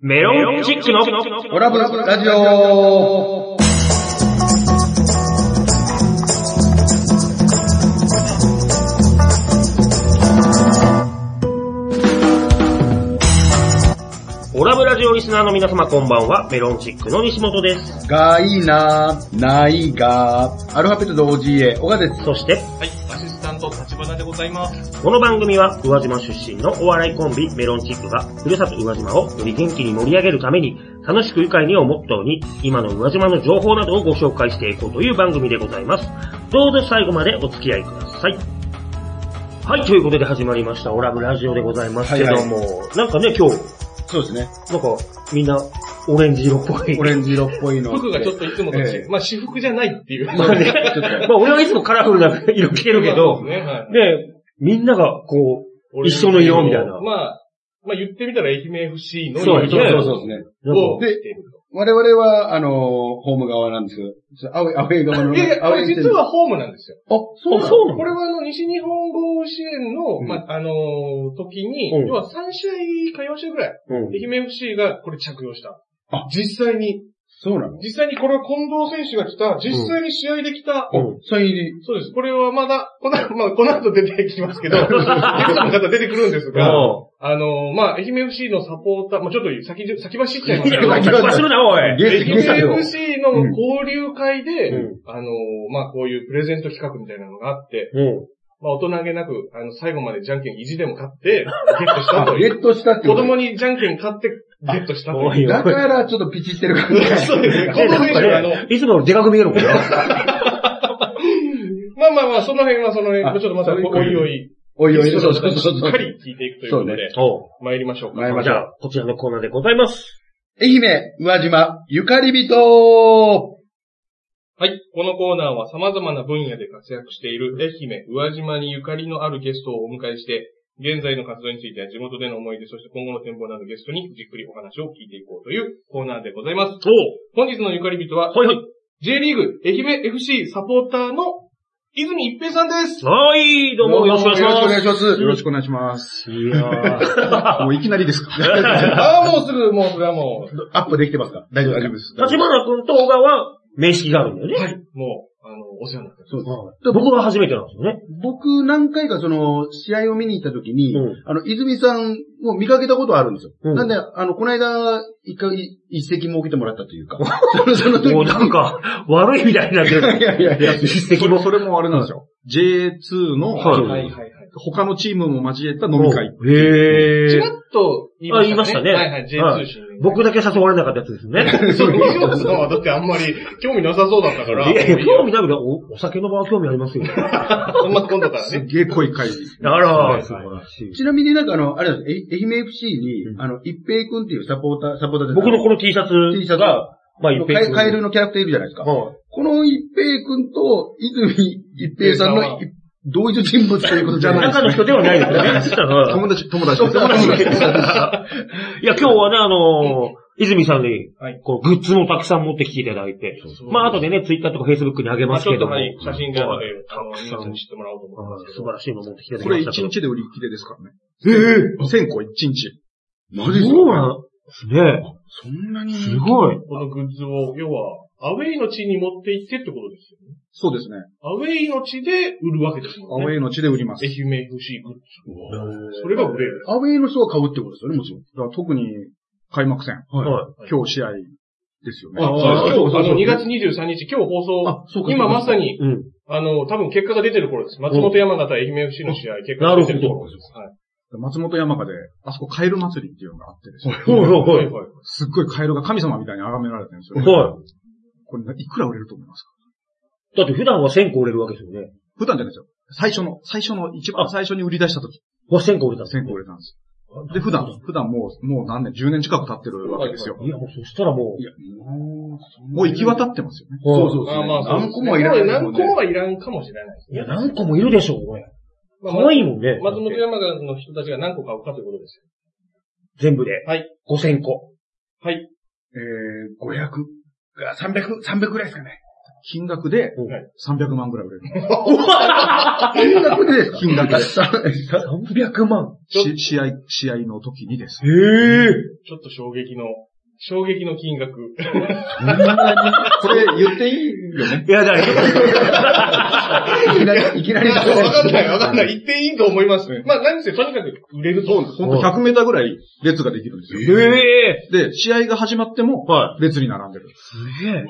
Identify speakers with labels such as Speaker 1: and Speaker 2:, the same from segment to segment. Speaker 1: メロンチックの
Speaker 2: オラブラジオ
Speaker 1: オラブラジオリスナーの皆様こんばんは、メロンチックの西本です。
Speaker 2: がいいなないがアルファベットと OGA、小川です。
Speaker 1: そして、
Speaker 3: はい、アシスタント立花でございます。
Speaker 1: この番組は宇和島出身のお笑いコンビメロンチックがふるさと宇和島をより元気に盛り上げるために楽しく愉快にをモットーに今の宇和島の情報などをご紹介していこうという番組でございます。どうぞ最後までお付き合いください。はい、ということで始まりましたオラブラジオでございますけども、なんかね今日、
Speaker 2: そうですね。
Speaker 1: なんかみんなオレンジ色っぽい。
Speaker 2: オレンジ色っぽいの。
Speaker 3: 服がちょっといつもと
Speaker 2: え
Speaker 3: 違
Speaker 2: え
Speaker 3: う。まあ、私服じゃないっていう。
Speaker 2: まあね、ちょっ
Speaker 1: まあ俺はいつもカラフルな色着てるけど、
Speaker 3: まあそうですねはい
Speaker 1: で、みんながこう、一緒の色みたいな。
Speaker 3: まあ、まあ言ってみたら愛媛 FC の
Speaker 1: そうで
Speaker 2: と。
Speaker 1: す
Speaker 2: そう
Speaker 1: ね
Speaker 2: そうそうですね。
Speaker 1: なんか
Speaker 2: で、我々は、あのー、ホーム側なんですよ。ちょっと青い、青い側の
Speaker 3: い
Speaker 2: ね。
Speaker 3: やいや、こ
Speaker 2: 青
Speaker 3: れ
Speaker 2: い線
Speaker 3: 実、はホームなんですよ。
Speaker 2: あ、そうな
Speaker 1: あ
Speaker 2: の
Speaker 1: そうなの
Speaker 3: これはあの、西日本豪支援の、
Speaker 2: うん
Speaker 3: まあ、あのー時に、
Speaker 1: うん
Speaker 3: 要は3試合か4試合ぐらい、
Speaker 1: うん
Speaker 3: 愛媛 FC がこれ着用した。
Speaker 2: あ
Speaker 3: 実際に、
Speaker 2: そうなの
Speaker 3: 実際にこれは近藤選手が来た、実際に試合で来た、
Speaker 1: うん
Speaker 2: サイン入り。
Speaker 3: そうです。これはまだ、この、まあ、この後出てきますけど、ゲス トの方出てくるんですが、あのまあ、愛媛 FC のサポーター、まあ、ちょっと先じ、先走っちゃいますけど、
Speaker 1: い
Speaker 3: 愛
Speaker 1: や、走るな、おい。
Speaker 2: ゲス
Speaker 3: 媛
Speaker 2: ト、ゲス
Speaker 3: FC の交流会で、
Speaker 1: うん
Speaker 3: あのまあ、こういうプレゼント企画みたいなのがあって、
Speaker 1: うん。
Speaker 3: まあ、大人げなく、あの、最後までじゃんけん意地でも勝って、ゲットし
Speaker 2: ト。
Speaker 3: た
Speaker 2: あ
Speaker 3: と
Speaker 2: ゲ
Speaker 3: いう。
Speaker 2: ットしたってこ
Speaker 3: 子
Speaker 2: と
Speaker 3: 供にじゃんけん勝って、ゲットしたと
Speaker 1: お
Speaker 3: い
Speaker 1: いお
Speaker 3: う。
Speaker 1: い
Speaker 2: だから、ちょっとピチってる感じ。
Speaker 3: そうですね。近藤選手はあの、
Speaker 1: いつものでかく見えるもんな。
Speaker 3: まあまあまあ、その辺はその辺、
Speaker 2: あ
Speaker 3: ちょっとまた、
Speaker 2: それ以降
Speaker 3: おいおい、
Speaker 2: おいおい、
Speaker 3: ゲ
Speaker 2: そう
Speaker 3: スト
Speaker 2: そう
Speaker 3: の方
Speaker 2: そ
Speaker 3: にし
Speaker 2: うそう。
Speaker 3: っかり聞いていくということ
Speaker 2: そう
Speaker 3: で、
Speaker 1: お
Speaker 3: 参りましょうか。
Speaker 2: 参りまし
Speaker 1: じ
Speaker 2: ょ
Speaker 1: ゃ
Speaker 2: う
Speaker 1: あ、こちらのコーナーでございます。
Speaker 2: 愛媛、宇和島、ゆかりびと
Speaker 3: はい。このコーナーは様々な分野で活躍している愛媛、宇和島にゆかりのあるゲストをお迎えして、現在の活動については地元での思い出、そして今後の展望などゲストにじっくりお話を聞いていこうというコーナーでございます。
Speaker 1: お
Speaker 3: 本日のゆかり人は、
Speaker 1: はいはい。
Speaker 3: J リーグ愛媛 FC サポーターの泉一平さんで す。
Speaker 1: はい、どうもよろしくお願いします。
Speaker 2: します。
Speaker 1: よろし
Speaker 2: くお願いします。
Speaker 1: いや
Speaker 2: もういきなりですか
Speaker 3: ああ、もうすぐ、もうすぐ、もう。
Speaker 2: アップできてますか大丈夫大丈夫です。
Speaker 1: ー、立花君と小川は名識があるんだよね。
Speaker 3: はい。もう、あの、お世話になってます。
Speaker 2: そうです
Speaker 1: はい僕は初めてなんですよね。
Speaker 2: 僕何回かその、試合を見に行った時に、
Speaker 1: うん
Speaker 2: あの、泉さんを見かけたことはあるんですよ。
Speaker 1: うん
Speaker 2: なんで、あの、この間、一回、一席設けてもらったというか、その、 その時
Speaker 1: もうなんか、悪いみたいになってる。
Speaker 2: いやいやいや
Speaker 1: 実績
Speaker 4: それ
Speaker 1: も。
Speaker 4: それもあれなんですよ。J2 の、
Speaker 1: はい
Speaker 3: はいはいはい。
Speaker 4: 他のチームも交え た飲み会。
Speaker 1: へ
Speaker 3: ち
Speaker 1: ー
Speaker 3: らっと言いましたね。
Speaker 1: あ
Speaker 3: はい
Speaker 1: 言い
Speaker 3: は
Speaker 1: ま
Speaker 3: い、
Speaker 1: したねはい
Speaker 3: J2 新年会。
Speaker 1: 僕だけ誘われなかったやつですね。
Speaker 3: そう、西本さんはだってあんまり興味なさ そうだったから。
Speaker 1: いやいや、興味ないけど、おお酒の場は興味ありますよ。あ
Speaker 3: そんな今度から
Speaker 4: すっ
Speaker 3: ね。
Speaker 4: げえ濃い
Speaker 1: ら、
Speaker 4: 会。
Speaker 3: い
Speaker 1: 素晴らしい。
Speaker 2: ちなみになんかあの、あれなんですえ愛媛 FC に、
Speaker 1: うん
Speaker 2: あの、一平くんっていうサポーター、サポーターで
Speaker 1: 僕のこの T シャツ
Speaker 2: T シャツ
Speaker 1: が、まあ、一平
Speaker 2: カエ
Speaker 1: 君。
Speaker 2: カエルのキャラクターいるじゃないですか。
Speaker 1: はい
Speaker 2: この一平くんと、泉一平さんのい同一人物ということじゃないで
Speaker 1: 中
Speaker 2: すか。
Speaker 1: の人ではないですよね
Speaker 4: 友達、友達です。
Speaker 1: いや、今日はね、あのー、泉さんに
Speaker 3: はい、
Speaker 1: こう、グッズもたくさん持ってきていただいて、まあ、後でね、ツイッターとかフェイスブックにあげ
Speaker 3: ま
Speaker 1: ま
Speaker 3: あ
Speaker 1: す
Speaker 3: ちょ
Speaker 1: け
Speaker 3: っと
Speaker 1: ども。
Speaker 3: はい、写真で、あの、皆
Speaker 1: たく
Speaker 3: さ
Speaker 1: さ
Speaker 3: ん
Speaker 1: ん
Speaker 3: に知ってもらおうと思いま
Speaker 1: はい
Speaker 3: すけ
Speaker 1: 素
Speaker 3: ど
Speaker 1: 晴。らしいの持ってきていただき
Speaker 4: こ
Speaker 1: ま
Speaker 4: れ
Speaker 1: したけ
Speaker 4: 1
Speaker 1: ど。
Speaker 4: 日で売り切れですからね。
Speaker 1: え
Speaker 4: 1000個1日。
Speaker 2: マ
Speaker 1: え
Speaker 2: ジっす
Speaker 1: そう
Speaker 2: か
Speaker 1: なんですね。
Speaker 2: そんなに
Speaker 1: すごい。
Speaker 3: このグッズを、要は、アウェイの地に持って行ってってことですよね。
Speaker 4: そうですね。
Speaker 3: アウェイの地で売るわけです
Speaker 4: ア
Speaker 3: も
Speaker 4: ウ
Speaker 3: んね。
Speaker 4: ェイの地で売ります。
Speaker 3: 愛
Speaker 4: だか
Speaker 3: 媛 FC グッズ。それが売れる。
Speaker 2: アウェイの人が買うってことですよね、もちろん。
Speaker 4: ら特に開幕戦。
Speaker 1: は
Speaker 4: 今日試合ですよね。
Speaker 2: あ
Speaker 3: そう
Speaker 2: そう
Speaker 3: 今
Speaker 2: そ
Speaker 3: 日、
Speaker 2: う
Speaker 3: あ
Speaker 2: そ
Speaker 3: の、2月23
Speaker 2: う
Speaker 3: 日、今日放
Speaker 2: あそう
Speaker 3: 送
Speaker 2: か、
Speaker 3: 今まさに
Speaker 1: い。、うん。
Speaker 3: あの、多分結果が出てる頃です。松本山形愛媛 FC の試合、結果が出てる頃です。はい
Speaker 4: 松本山鹿で、あそこカエル祭りっていうのがあってですね。
Speaker 1: ほいほいほ
Speaker 3: はい
Speaker 1: い。
Speaker 3: はい。
Speaker 4: すっごいカエルが神様みたいに崇められてるんですよね。
Speaker 1: は
Speaker 4: これ、いくら売れると思いますか
Speaker 1: い。だって普段は1000個売れるわけですよね。
Speaker 4: 普段じゃないですよ。最初の、最初の、一番最初に売り出した時、
Speaker 1: わ、1000個売れたんですね
Speaker 4: 1000個売れたんです。で、普段、普段もう、もう何年、10年近く経ってるわけですよ。
Speaker 1: いや、もうそしたらもう
Speaker 4: い、や、もう行き渡ってますよね。
Speaker 2: そうそうそう。
Speaker 3: あまあ、そうですね
Speaker 2: 何個もいらないです
Speaker 3: 何
Speaker 2: もんね
Speaker 3: 個。もはいらんかもしれないです
Speaker 1: い
Speaker 3: ね
Speaker 1: や、。何個もいるでしょう、これ。
Speaker 3: まあ
Speaker 1: 可愛いもんね。
Speaker 3: 松本山形の人たちが何個買うかということですよ。
Speaker 1: 全部で。
Speaker 3: はい。
Speaker 1: 5000個。
Speaker 3: はい。
Speaker 2: えー、500、300、300ぐらいですかね。
Speaker 4: 金額で
Speaker 1: うん
Speaker 4: 300万ぐらい売れる。
Speaker 2: 金額で、
Speaker 4: 金額で
Speaker 1: 300万。
Speaker 4: し試合、試合の時にです。
Speaker 1: ええ
Speaker 3: ちょっと衝撃の、衝撃の金額。
Speaker 4: これ言っていいよね。
Speaker 1: いや、だから、
Speaker 2: いきなり、いきなり、
Speaker 3: わかん ない、わかんない。言っていいと思いますね。まあ何せとにかく売れると。
Speaker 4: ほんと100メーターぐらい列ができるんですよ。
Speaker 1: ええ
Speaker 4: で、試合が始まっても、
Speaker 1: は
Speaker 4: 列に並んでる。
Speaker 1: すげえ。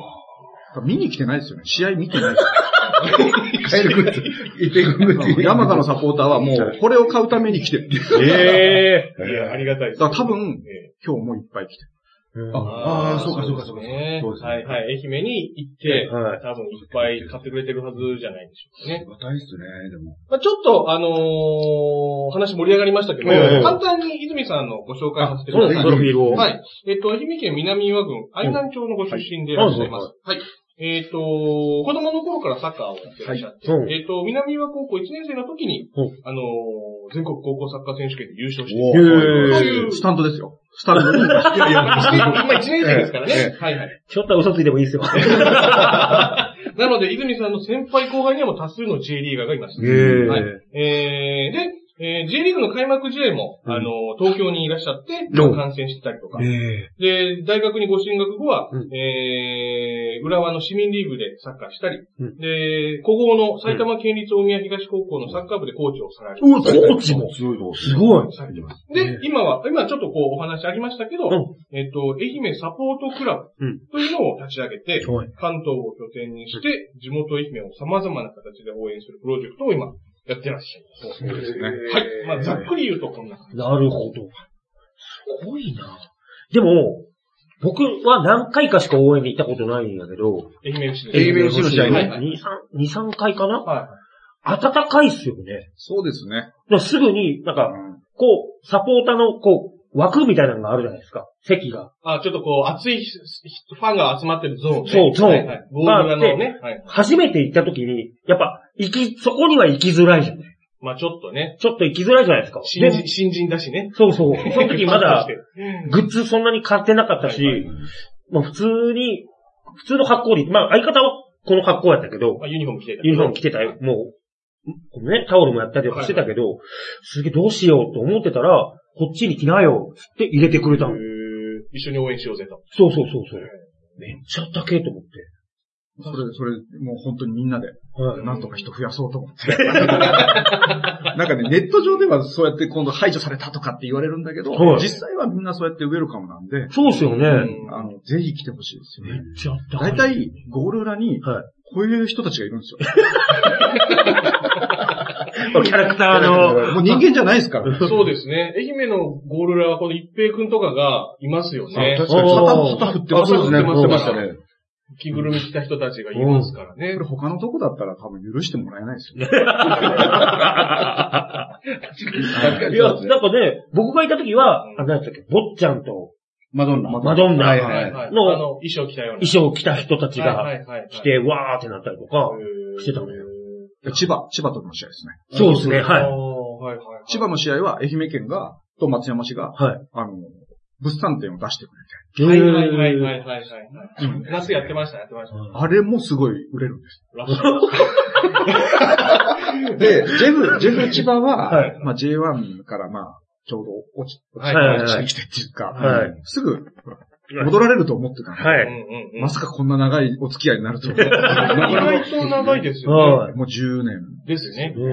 Speaker 4: 見に来てないですよね。試合見てないで
Speaker 2: 帰るグッズ、一平君グッ
Speaker 4: す
Speaker 2: ズ。
Speaker 4: よ。山田のサポーターはもう、これを買うために来てる。
Speaker 3: ええいや、ありがたいです。
Speaker 4: だから多分
Speaker 3: ええ
Speaker 4: 今日もいっぱい来てる。
Speaker 2: ああー、そうかそうかそうか。
Speaker 3: ね
Speaker 2: そうですね
Speaker 3: はいはい。愛媛に行って、
Speaker 1: はい。
Speaker 3: 多分いっぱい買ってくれてるはずじゃないでしょうかね。
Speaker 2: 大いっすね、でも。
Speaker 3: まあ、ちょっと、あのー話盛り上がりましたけど、
Speaker 1: ええ
Speaker 3: 簡単に泉さんのご紹介させてく
Speaker 1: そう
Speaker 3: だ
Speaker 1: で
Speaker 3: さ
Speaker 1: す、
Speaker 3: い。
Speaker 1: プロフィールを。。
Speaker 3: はいい。えっと、愛媛県南岩郡愛南町のご出身でいらっしゃいます。はい。えっと、子供の頃からサッカーをやってらっしゃって、
Speaker 1: はいうん
Speaker 3: えっと、南岩高校1年生の時に、
Speaker 1: うん
Speaker 3: あのー全国高校サッカー選手権で優勝して、
Speaker 2: お
Speaker 1: へ
Speaker 2: ー
Speaker 1: ー
Speaker 4: スタンドですよ。スタンドに。
Speaker 3: いやまあ 一年まあ、1年生ですからね。
Speaker 2: え
Speaker 3: はいはい。
Speaker 1: ちょっと嘘ついてもいいですよ。へ
Speaker 3: なので、泉さんの先輩後輩にはもう多数の J リーガーがいました。
Speaker 1: え
Speaker 3: はいえー、で、えー J リーグの開幕試合も、
Speaker 1: うん
Speaker 3: あの、東京にいらっしゃって、
Speaker 1: うん
Speaker 3: 観戦してたりとか。
Speaker 1: え
Speaker 3: で、大学にご進学後は、
Speaker 1: うん
Speaker 3: えー、浦和の市民リーグでサッカーしたり、
Speaker 1: うん
Speaker 3: で、古豪の埼玉県立大宮東高校のサッカー部でコーチをされて、
Speaker 1: うわ、コーチも。
Speaker 2: 強いと。
Speaker 1: すごい。
Speaker 3: されてます。
Speaker 1: う
Speaker 3: で
Speaker 1: ん、
Speaker 3: 今は、今ちょっとこうお話ありましたけど、
Speaker 1: う
Speaker 3: えっと、愛媛サポートクラ
Speaker 1: うん
Speaker 3: ブというのを立ち上げて、
Speaker 1: はい。
Speaker 3: 関東を拠点にして、地元愛媛を様々な形で応援するプロジェクトを今、やってらっしゃいます。
Speaker 4: そうですね
Speaker 3: はい。まあ、ざっくり言うとこんな感
Speaker 1: なるほど。すごいな。でも、僕は何回かしか応援に行ったことないんだけど、
Speaker 3: じ。愛媛市で
Speaker 2: 愛
Speaker 3: す。
Speaker 2: 媛 FC の試合
Speaker 3: ね
Speaker 1: 2、3、2、3回かな
Speaker 3: は
Speaker 1: 暖かいっすよね。
Speaker 4: そうですね。
Speaker 1: だからすぐに、なんか、こう、サポーターの、こう、枠みたいなのがあるじゃないですか。席が。
Speaker 3: あ、ちょっとこう、熱いひひファンが集まってるゾーンね。
Speaker 1: そうゾーン
Speaker 3: はいはい。ボールがのね。はい。
Speaker 1: 初めて行った時に、やっぱ、行き、そこには行きづらいじゃない。
Speaker 3: まあ、ちょっとね、
Speaker 1: ちょっと行きづらいじゃないですか。
Speaker 3: 新
Speaker 1: で
Speaker 3: 人、新人だしね。
Speaker 1: そう そう。その時まだ
Speaker 3: ファ、ンとして
Speaker 1: グッズそんなに買ってなかったし、
Speaker 3: はい
Speaker 1: まあ普通に、普通の格好で、まあ相方はこの格好やったけど
Speaker 3: ま、あ、ユニフォーム着てた。
Speaker 1: ユニフォーム着てたよ。もう、このね、タオルもやったりとかしてたけど、すげえどうしようと思ってたら、こっちに来なよ、つって入れてくれた
Speaker 3: へ
Speaker 1: の。
Speaker 3: ー一緒に応援しようぜと。
Speaker 1: そうそうそうそう。めっちゃ高えと思って。
Speaker 4: それ、それ、もう本当にみんなで、
Speaker 1: はい。
Speaker 4: なんとか人増やそうと思って。なんかね、ネット上ではそうやって今度排除されたとかって言われるんだけど、
Speaker 1: はい
Speaker 4: 実際はみんなそうやってウェルカムなんで、
Speaker 1: そうっすよね。
Speaker 3: うん
Speaker 4: あの、ぜひ来てほしいですよ
Speaker 1: め
Speaker 4: ね。
Speaker 1: っちゃあったかい。
Speaker 4: 大体、ゴール裏に、
Speaker 1: は
Speaker 4: こういう人たちがいるんですよ。
Speaker 1: い。キャラクターの、
Speaker 4: もう人間じゃないですから。
Speaker 3: そうですね。愛媛のゴールラはこの一平くんとかがいますよね。
Speaker 2: 確
Speaker 1: かに
Speaker 4: 旗、旗振ってます
Speaker 2: そ
Speaker 4: よ
Speaker 2: うで
Speaker 4: ね。
Speaker 2: すね、
Speaker 3: 振って
Speaker 2: ま
Speaker 3: ま
Speaker 2: し
Speaker 3: した
Speaker 2: た
Speaker 3: ね
Speaker 2: ね。
Speaker 3: 着ぐるみ着た人たちがいますからね
Speaker 4: これ。他のとこだったら多分許してもらえないです よ。
Speaker 2: 確か
Speaker 1: い
Speaker 2: に
Speaker 1: や
Speaker 2: そう、ですね。
Speaker 1: なんかね、僕がいた時は
Speaker 3: う、ん
Speaker 1: あ、なんだっけ、坊っちゃんと
Speaker 2: マドンナ。
Speaker 1: マドンナ
Speaker 2: はい
Speaker 3: はい
Speaker 2: はい。
Speaker 3: はい。あ
Speaker 1: の
Speaker 3: の、衣装着たような。
Speaker 1: 衣装を着た人たち
Speaker 3: は
Speaker 1: が
Speaker 3: いはいはいはい
Speaker 1: 来、て、わーってなったりとか、してたのよ
Speaker 4: 千葉、千葉との試合ですね。
Speaker 1: そうですね、
Speaker 3: はい。あ
Speaker 1: はい。
Speaker 3: ーはいはいはい。
Speaker 4: 千葉の試合は愛媛県が、と松山市が、
Speaker 1: はい。。
Speaker 4: あの、物産展を出してくれて、
Speaker 3: はいはいはいはいいはいはい。夏やってました、やってました。
Speaker 4: あれもすごい売れるんです。
Speaker 3: らしいです
Speaker 4: で、ジェ フ、ジェフ千葉は、
Speaker 1: はい
Speaker 4: まあ J1 からまあ、ちょうど落ち、落
Speaker 3: はい
Speaker 4: ちて、
Speaker 1: はいはい
Speaker 4: 落ちてきてっていうか、
Speaker 1: はい
Speaker 4: うんすぐ、戻られると思ってたの
Speaker 1: は
Speaker 3: うん
Speaker 1: い。
Speaker 3: うんうん
Speaker 4: まさかこんな長いお付き合いになる とは。なかな
Speaker 3: 意外と長いですよね。
Speaker 1: はい。
Speaker 4: かもう10年。
Speaker 3: ですね。
Speaker 1: うん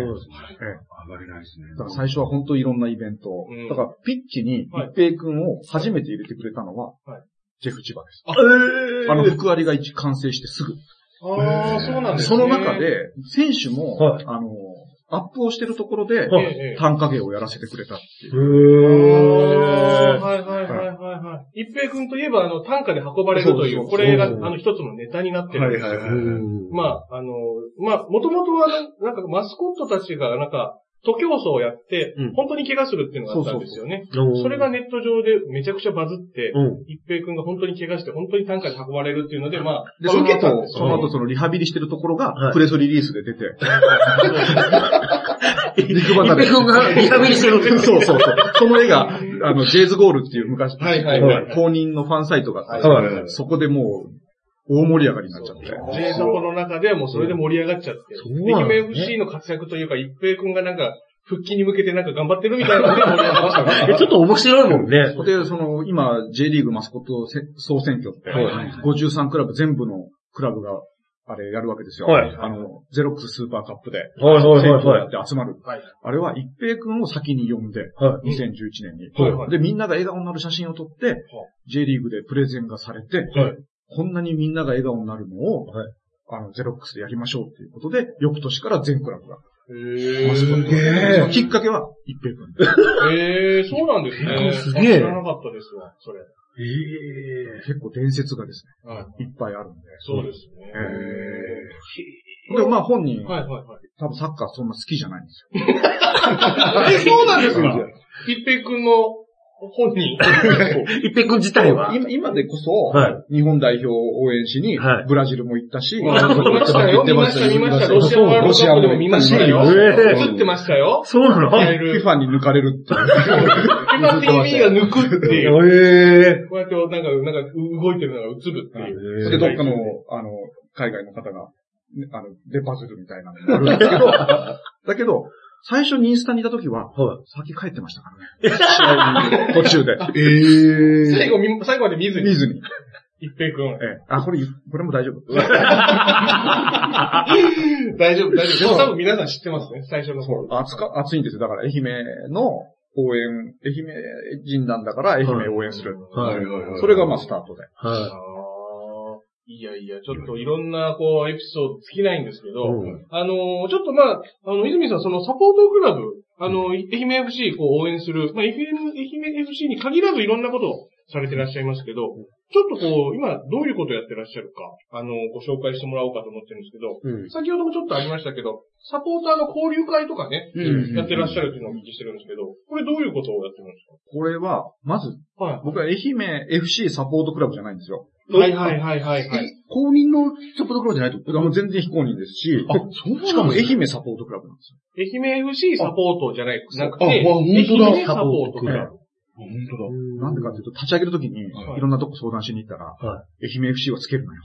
Speaker 2: 上がれないですね。
Speaker 4: だから最初は本当いろんなイベント。
Speaker 3: うん
Speaker 4: だからピッチに
Speaker 3: はい
Speaker 4: 一平君を初めて入れてくれたのは
Speaker 3: はい、
Speaker 4: ジェフ千葉です。
Speaker 3: あ
Speaker 4: あの、福割が一完成してすぐ。
Speaker 3: ああ、そうなんですね。
Speaker 4: その中で、選手も、
Speaker 1: はい
Speaker 4: あの、アップをしてるところで
Speaker 3: ええ、、
Speaker 1: はい
Speaker 3: ええ
Speaker 4: 単影をやらせてくれたっていう。
Speaker 3: あー
Speaker 1: へー。
Speaker 3: はいはいはいはいはい。一平君といえば、あの、単価で運ばれるという、
Speaker 4: そうそうそう
Speaker 3: これが、あの、一つのネタになってるんですよ。
Speaker 2: はいはいはい
Speaker 3: まあ、あの、まあ、もともとは、なんかマスコットたちが、なんか、徒競走をやって
Speaker 1: うん、
Speaker 3: 本当に怪我するっていうのがあったんですよね。
Speaker 1: うん
Speaker 3: それが、ネット上でめちゃくちゃバズって、
Speaker 1: うん。
Speaker 3: 一平くんが本当に怪我して、本当に単価で運ばれるっていうので、まあ、
Speaker 4: で、
Speaker 3: まあ
Speaker 4: その
Speaker 3: 受けたん
Speaker 4: 後
Speaker 3: で、す
Speaker 4: そ
Speaker 3: よ
Speaker 4: の後そのリハビリしてるところ
Speaker 1: は
Speaker 4: が
Speaker 1: い、
Speaker 4: プレスリリースで出て、
Speaker 1: 肉
Speaker 4: 離れ
Speaker 1: 一平君がリハビリしてる。
Speaker 4: そうそうそう。その絵が、あの、ジェイズゴールっていう昔、
Speaker 3: はいはいはい
Speaker 4: 公認のファンサイトがあって
Speaker 1: はい
Speaker 4: そこでもう、大盛り上がりになっちゃって。
Speaker 3: ジェイソコの中でもうそれで盛り上がっちゃって。
Speaker 1: そう
Speaker 3: 愛
Speaker 1: なん
Speaker 3: 媛
Speaker 1: ですね
Speaker 3: FC の活躍というか、一平くんがなんか、復帰に向けてなんか頑張ってるみたいなので盛り上がりま したね。
Speaker 1: え、ちょっと面白いもんね。
Speaker 4: で、その、今、J リーグマスコットせ総選挙って、
Speaker 1: はいはい
Speaker 4: 53クラブ全部のクラブが、あれやるわけですよ。
Speaker 1: はい
Speaker 4: あの、ゼロックススーパーカップで、
Speaker 1: はいはいはいはい
Speaker 4: 選挙やって集まる。
Speaker 3: はい
Speaker 4: あれは、一平君を先に呼んで、
Speaker 1: は
Speaker 4: 2011年に、
Speaker 3: はいはい
Speaker 4: で、みんなが笑顔になる写真を撮って、J リーグでプレゼンがされて、
Speaker 1: はい
Speaker 4: こんなにみんなが笑顔になるのを、
Speaker 1: はい
Speaker 4: あの、ゼロックスでやりましょうっていうことで、翌年から全クラブが
Speaker 3: へ
Speaker 4: マスコットになって。
Speaker 3: え
Speaker 4: そのきっかけは、一平君。
Speaker 3: へえそうなんですね。
Speaker 1: すげえ
Speaker 3: あ知らなかったですわ、それ。
Speaker 1: い。え
Speaker 4: 結構伝説がです
Speaker 3: はい。
Speaker 4: ね、いっぱいあるんで。
Speaker 3: そうですね。
Speaker 4: でもまあ本人、
Speaker 3: はいはいはい。
Speaker 4: 多分サッカーそんな好きじゃないんですよ。
Speaker 3: え、そうなんですか一平くんの本人。
Speaker 1: え。一平君自体は
Speaker 4: 今今でこそ、
Speaker 1: は
Speaker 4: 日本代表を応援しに、
Speaker 1: はい
Speaker 4: ブラジルも行ったし、
Speaker 3: 見 ましたよ、見ました、見ました。ロシアワールドカップでも見ましたよ。
Speaker 1: ええ
Speaker 3: 映ってましたよ。
Speaker 1: そうなの
Speaker 3: いや
Speaker 1: え
Speaker 3: いる
Speaker 4: FIFA に抜かれるっていう。
Speaker 3: 今 TV が抜くっていう。
Speaker 1: え。
Speaker 3: こうやって、なんか、なんか、動いてるのが映るっていう。
Speaker 4: それで、どっかの、あの、海外の方が、ねあの、デパズルみたいなのがあるんですけど、 だけど、最初にインスタにいた時は、
Speaker 1: は
Speaker 4: 先帰ってましたからね。 試合に途中で。
Speaker 3: 最後見、最後まで見ず
Speaker 4: 見
Speaker 3: に、
Speaker 4: ずに。
Speaker 3: 一平くん。
Speaker 4: ええ、あ、これ、これも大丈夫。
Speaker 3: 大丈夫、大丈夫。でも多分皆さん知ってますね、最初の
Speaker 4: そ
Speaker 3: 頃。
Speaker 4: う、暑か、暑いんですよ。だから愛媛の応援、愛媛人なんだから愛媛応援する。
Speaker 1: はいはい
Speaker 3: はい
Speaker 4: それがまあスタートで。
Speaker 1: い。はい。
Speaker 3: あーいやいや、ちょっといろんな、こう、エピソード尽きないんですけど、
Speaker 1: うん
Speaker 3: あのーちょっとまあ、あの、泉さん、そのサポートクラブ、あの、愛媛 FC こう応援する、まあ、愛媛愛媛 FC に限らずいろんなことをされてらっしゃいますけど、ちょっとこう、今どういうことをやってらっしゃるか、あの、ご紹介してもらおうかと思ってるんですけど、
Speaker 1: うん。
Speaker 3: 先ほどもちょっとありましたけど、サポーターの交流会とかね、
Speaker 2: うん
Speaker 3: やってらっしゃるっていうのをお聞きしてるんですけど、これどういうことをやってるんです
Speaker 4: これは、まず、
Speaker 3: かは
Speaker 4: 僕は愛媛 FC サポートクラブじゃないんですよ。
Speaker 3: い。はいはいはいはいはい。
Speaker 2: え公認のサポートクラブじゃないと
Speaker 4: 僕はもう全然非公認ですし、
Speaker 2: そう
Speaker 4: しかも愛媛サポートクラブなんですよ。
Speaker 3: 愛媛 FC サポートじゃない、なくて、
Speaker 2: あ
Speaker 3: 愛
Speaker 2: あ本当だ
Speaker 3: 媛サポートクラブ。
Speaker 2: 本当だ。
Speaker 4: なんでかっていうと、立ち上げるときに、い
Speaker 2: はい
Speaker 4: ろんなとこ相談しに行ったら、
Speaker 1: は
Speaker 4: 愛媛 FC はつけるなよ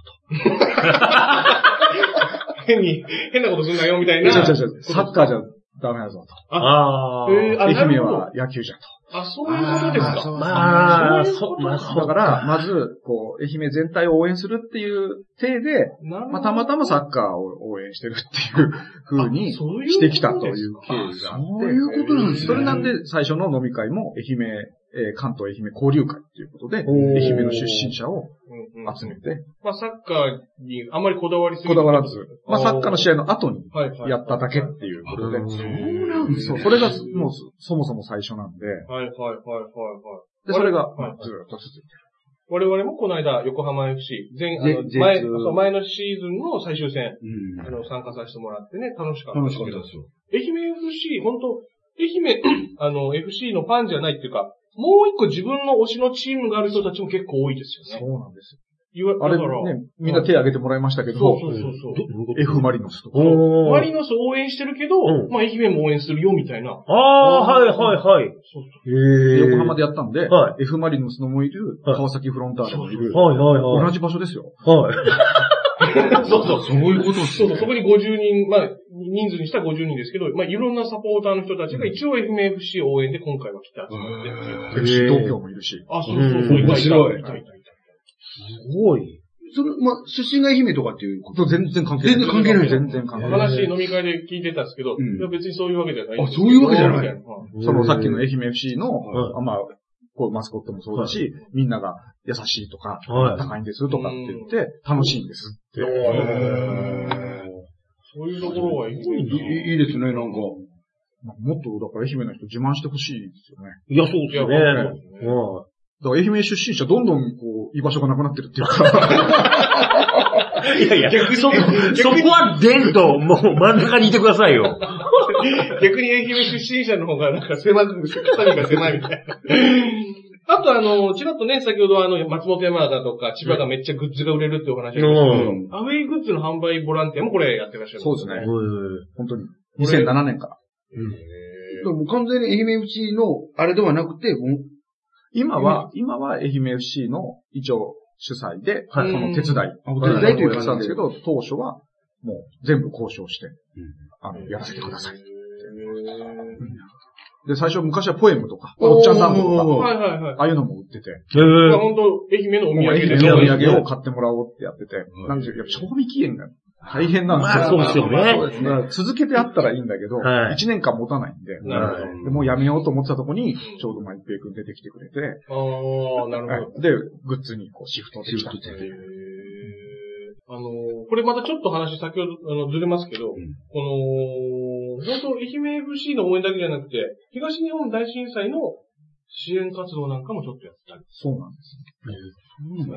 Speaker 3: 変に、変なことすんなよみたい
Speaker 4: と。
Speaker 3: な。
Speaker 4: 違う違う違うサッカーじゃダメだぞと。
Speaker 1: ああ。
Speaker 3: えーあ、
Speaker 4: 愛
Speaker 3: な
Speaker 4: 媛
Speaker 3: るほど。
Speaker 4: は野球じゃと。
Speaker 3: あ、そういうことです
Speaker 2: あーそ
Speaker 3: か。
Speaker 2: う
Speaker 1: まあ、
Speaker 3: そういうこ
Speaker 1: そ
Speaker 3: と、か
Speaker 1: まあ、
Speaker 4: だ
Speaker 1: そう
Speaker 4: から、まず、こう、愛媛全体を応援するっていう体で、
Speaker 3: なるほど。
Speaker 4: まあ、たまたまサッカーを応援してるっていう風に
Speaker 3: あそういう
Speaker 4: してきたという経
Speaker 3: ことで
Speaker 4: 緯
Speaker 3: す
Speaker 4: が
Speaker 3: か
Speaker 4: あ
Speaker 2: あ
Speaker 4: っ
Speaker 2: そう
Speaker 4: て、
Speaker 2: いうことなんですね。
Speaker 4: それなんで最初の飲み会も愛媛、えー関東愛媛交流会っていうことで、
Speaker 1: おー
Speaker 4: 愛媛の出身者を
Speaker 3: うんうん
Speaker 4: 集めて、
Speaker 3: まあ、サッカーにあんまりこだわりすぎ
Speaker 4: こだわらず、まあ、サッカーの試
Speaker 3: 合
Speaker 4: 合の後に
Speaker 3: はいはいはい
Speaker 4: やっただけっていうことで、
Speaker 1: うん
Speaker 2: なんです
Speaker 4: そ
Speaker 2: ね
Speaker 4: う、それがもうそもそも最初なんで、
Speaker 3: はいはいはいはいはい。
Speaker 4: で、それが
Speaker 3: はい
Speaker 4: ずーっと続いて
Speaker 3: 我々もこの間、横浜 FC、前、あの
Speaker 2: ぜ
Speaker 3: 前、
Speaker 2: ぜ
Speaker 3: そう前のシーズンの最終戦、
Speaker 2: うん
Speaker 3: あの、参加させてもらってね、楽しかった
Speaker 2: 楽
Speaker 3: です
Speaker 2: しかっ
Speaker 3: け
Speaker 2: た
Speaker 3: ど
Speaker 2: で。すよ。
Speaker 3: 愛媛 FC、本当愛媛、 あの、FC のファンじゃないっていうか、もう一個自分の推しのチームがある人たちも結構多いですよね。
Speaker 4: そうなんですよ。
Speaker 3: いわ
Speaker 4: あれ
Speaker 3: だから、
Speaker 4: ね、みんな手挙げてもらいましたけど、
Speaker 3: そうそうそうそ
Speaker 1: どど
Speaker 3: う。
Speaker 1: ういうこと
Speaker 4: F マリノスとか、
Speaker 1: お
Speaker 3: マ
Speaker 1: ー
Speaker 3: リノス応援してるけ
Speaker 1: うん
Speaker 3: ど、まあ愛媛も応援するよみたいな。
Speaker 1: ああ、はいはいはい。
Speaker 3: そう
Speaker 1: へ
Speaker 4: 横浜
Speaker 1: で。
Speaker 4: でやったんで、
Speaker 1: は
Speaker 4: F マリノスのもいる、
Speaker 1: はい
Speaker 4: 川崎フロンターレもいる、
Speaker 1: はいはい
Speaker 4: 同
Speaker 1: はい。
Speaker 4: じ場所ですよ。
Speaker 1: はい。
Speaker 3: そうそう。
Speaker 2: そういうことっす
Speaker 3: そう
Speaker 2: ね
Speaker 3: そう、そこに50人、まあ、人数にしたら50人ですけど、まあ、いろんなサポーターの人たちが一応 FMFC 応援で今回は来たっていうね。
Speaker 2: へー
Speaker 4: FC 東京もいるし、
Speaker 3: あ、そうそうそう、
Speaker 1: うん
Speaker 3: た
Speaker 2: 面白い
Speaker 3: たたたいた
Speaker 1: すごい。
Speaker 2: それ、まあ、出身が愛媛とかっていうこと
Speaker 4: 全然関係ない。
Speaker 2: 全然関係ない
Speaker 4: 全然関係ない。
Speaker 3: 話飲み会で聞いてたんですけど、
Speaker 2: うん
Speaker 3: いや別にそういうわけじゃないんですけど。
Speaker 2: あそういうわけじゃない
Speaker 3: みたなは
Speaker 4: そのさっきの愛媛 FC の、
Speaker 1: はい
Speaker 4: あまあ、こうマスコットもそうだし、みんなが優しいとか、
Speaker 1: はい
Speaker 4: 高いんですとかって言って、楽しいんですって。
Speaker 2: へー
Speaker 3: そういうところはいいね
Speaker 2: いいいいですね、なんか。
Speaker 4: まあもっと、だから愛媛の人自慢してほしいですよね。
Speaker 1: いや、そうですよね。
Speaker 3: いや
Speaker 1: は
Speaker 3: そうですね
Speaker 4: だから愛媛出身者どんどんこう、居場所がなくなってるっていうか、
Speaker 1: い。いやいや、逆にそこ、そこは伝統、もう真ん中にいてくださいよ。
Speaker 3: 逆に愛媛出身者の方がなんか狭く、肩身が狭いみたいな。あとあの、ちらっとね、先ほどあの、松本山だとか、千葉がめっちゃグッズが売れるってお話ありましたけど、
Speaker 1: うん
Speaker 3: アウェイグッズの販売ボランティアもこれやってらっしゃるん
Speaker 4: そうです
Speaker 1: う
Speaker 4: ね。
Speaker 1: ん
Speaker 4: 本当に。2007年から。
Speaker 2: でも完全に愛媛うちのあれではなくて、もう
Speaker 4: 今は、今は愛媛 FC の一応主催で、そ
Speaker 1: はい
Speaker 4: の手伝い、
Speaker 2: お
Speaker 4: お
Speaker 2: 手伝
Speaker 4: 手伝い
Speaker 2: い
Speaker 4: という
Speaker 2: お手伝い
Speaker 4: 感じなんですけど、当初は、もう全部交渉して、あの、やらせてください。で、最初昔はポエムとか、おっちゃん団子とか、
Speaker 3: はいはいはい。
Speaker 4: ああいうのも売ってて、
Speaker 1: へ
Speaker 3: まあ
Speaker 1: ー
Speaker 3: 本当愛媛のお土
Speaker 4: もう愛
Speaker 3: 産
Speaker 4: 媛
Speaker 3: で
Speaker 1: い
Speaker 3: す
Speaker 1: や
Speaker 4: のお
Speaker 1: いや
Speaker 4: 土産を買ってもらおうってやってて、
Speaker 5: ん
Speaker 4: なんですけど、やっぱ賞味期限が大変なんですよ。
Speaker 1: まあそうですよね
Speaker 4: まあそうですね続けてあったらいいんだけど、
Speaker 1: はい
Speaker 4: 1年間持たないんで、
Speaker 3: なるほど。
Speaker 4: でもうやめようと思ってたとこに、ちょうどまあ一平君出てきてくれて、
Speaker 3: ああ、なるほど。
Speaker 4: で、グッズにこうシフトできたって
Speaker 3: へ
Speaker 4: いう。
Speaker 3: ーあのーこれまたちょっと話先ほどあのずれますけ
Speaker 5: ん
Speaker 3: ど、この、本当愛媛 FC の応援だけじゃなくて、東日本大震災の支援活動なんかもちょっとやったり。
Speaker 4: そうなんです。
Speaker 3: は